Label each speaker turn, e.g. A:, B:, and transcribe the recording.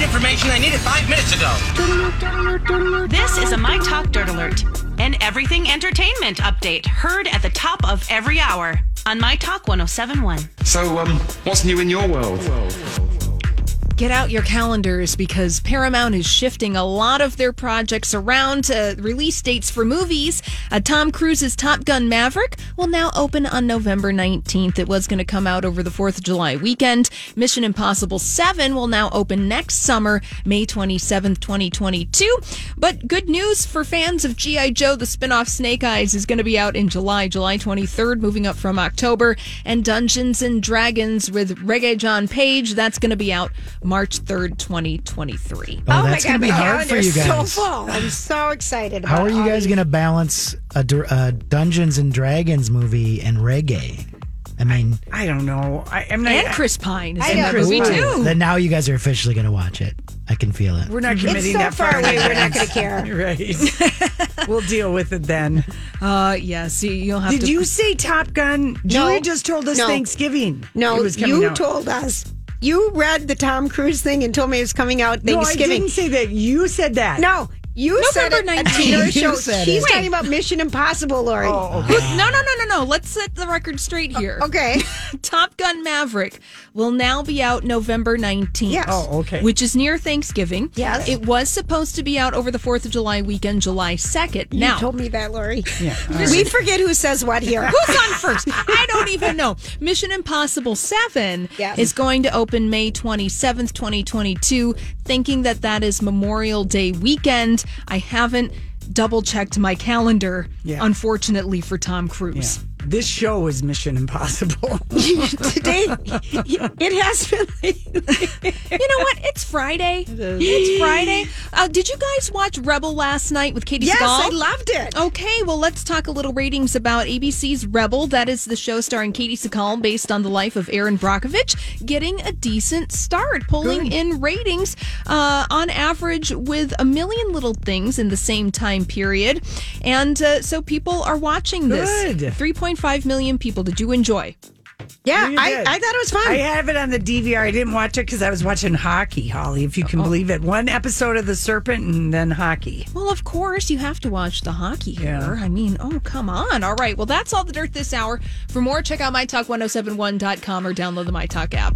A: information I needed five minutes ago.
B: This is a My Talk Dirt Alert, an everything entertainment update heard at the top of every hour on My Talk 1071.
C: So, um, what's new in your world?
D: Get out your calendars because Paramount is shifting a lot of their projects around to release dates for movies. Uh, Tom Cruise's Top Gun Maverick will now open on November 19th. It was going to come out over the 4th of July weekend. Mission Impossible 7 will now open next summer, May 27th, 2022. But good news for fans of G.I. Joe, the spinoff Snake Eyes is going to be out in July, July 23rd, moving up from October. And Dungeons and Dragons with Reggae John Page, that's going to be out March 3rd, 2023.
E: Oh, that's
F: my
E: going to be
F: my
E: hard for you
F: calendar's
E: guys.
F: So full. I'm so excited.
E: How
F: about
E: are you
F: all
E: guys
F: these-
E: going to balance a, dr- a Dungeons and Dragons movie and reggae? I mean,
F: I don't know. I, I'm not.
D: And Chris Pine is
F: I
D: in
F: know,
D: that
F: Chris
D: movie,
F: Pine.
D: too.
E: then now you guys are officially going to watch it. I can feel it.
F: We're not committing
G: committing
F: it's so
G: that
F: far
G: far in
F: away. We're not going to care.
G: Right. we'll deal with it then.
D: Uh, yes, you- you'll have
G: Did
D: to.
G: you say Top Gun? Julie just told us
F: No.
G: Thanksgiving.
F: No,
G: it was coming
F: you
G: out.
F: told us. You read the Tom Cruise thing and told me it was coming out
G: No, I
F: Thanksgiving.
G: didn't say that. You said that.
F: No, you said it
D: November
F: at
D: 19th.
F: the
E: You
F: show.
E: said
F: She's
E: it.
F: talking about Mission Impossible, Lori.
D: No, no, no, no, no. Let's set the record straight here.
F: Oh, Okay.
D: Top Gun Maverick will now be out November 19th.
F: Yes.
G: Oh, okay.
D: Which is near Thanksgiving.
F: Yes.
D: It was supposed to be out over the 4th of July weekend, July 2nd.
F: You
D: now,
F: told me that, Lori. We forget who says what here.
D: Who's on first? I don't even know. Mission Impossible 7
F: Yes.
D: is going to open May 27th, 2022, thinking that that is Memorial Day weekend. I haven't double checked my calendar,
G: Yeah.
D: unfortunately, for Tom Cruise.
G: This show is Mission Impossible.
F: Today, it has been. lately.
D: You know what? It's Friday. It's Friday. Uh, did you guys watch Rebel last night with Katie
F: yes,
D: Sagal?
F: I loved it.
D: Okay, well, let's talk a little ratings about ABC's Rebel. That is the show starring Katie Sagal, based on the life of Aaron Brockovich, getting a decent start, pulling in ratings uh, on average with a million little things in the same time period. And uh, so people are watching this.
G: Good.
D: 3.5 million people. Did you enjoy?
F: yeah,
G: You
F: I,
G: did.
F: I thought it was fun.
G: I have it on the DVR. I didn't watch it because I was watching hockey, Holly, if you can believe it. One episode of The Serpent and then hockey.
D: Well, of course, you have to watch the hockey here.
G: Yeah.
D: I mean, oh, come on. oh All right. Well, that's all the dirt this hour. For more, check out mytalk1071.com or download the MyTalk app.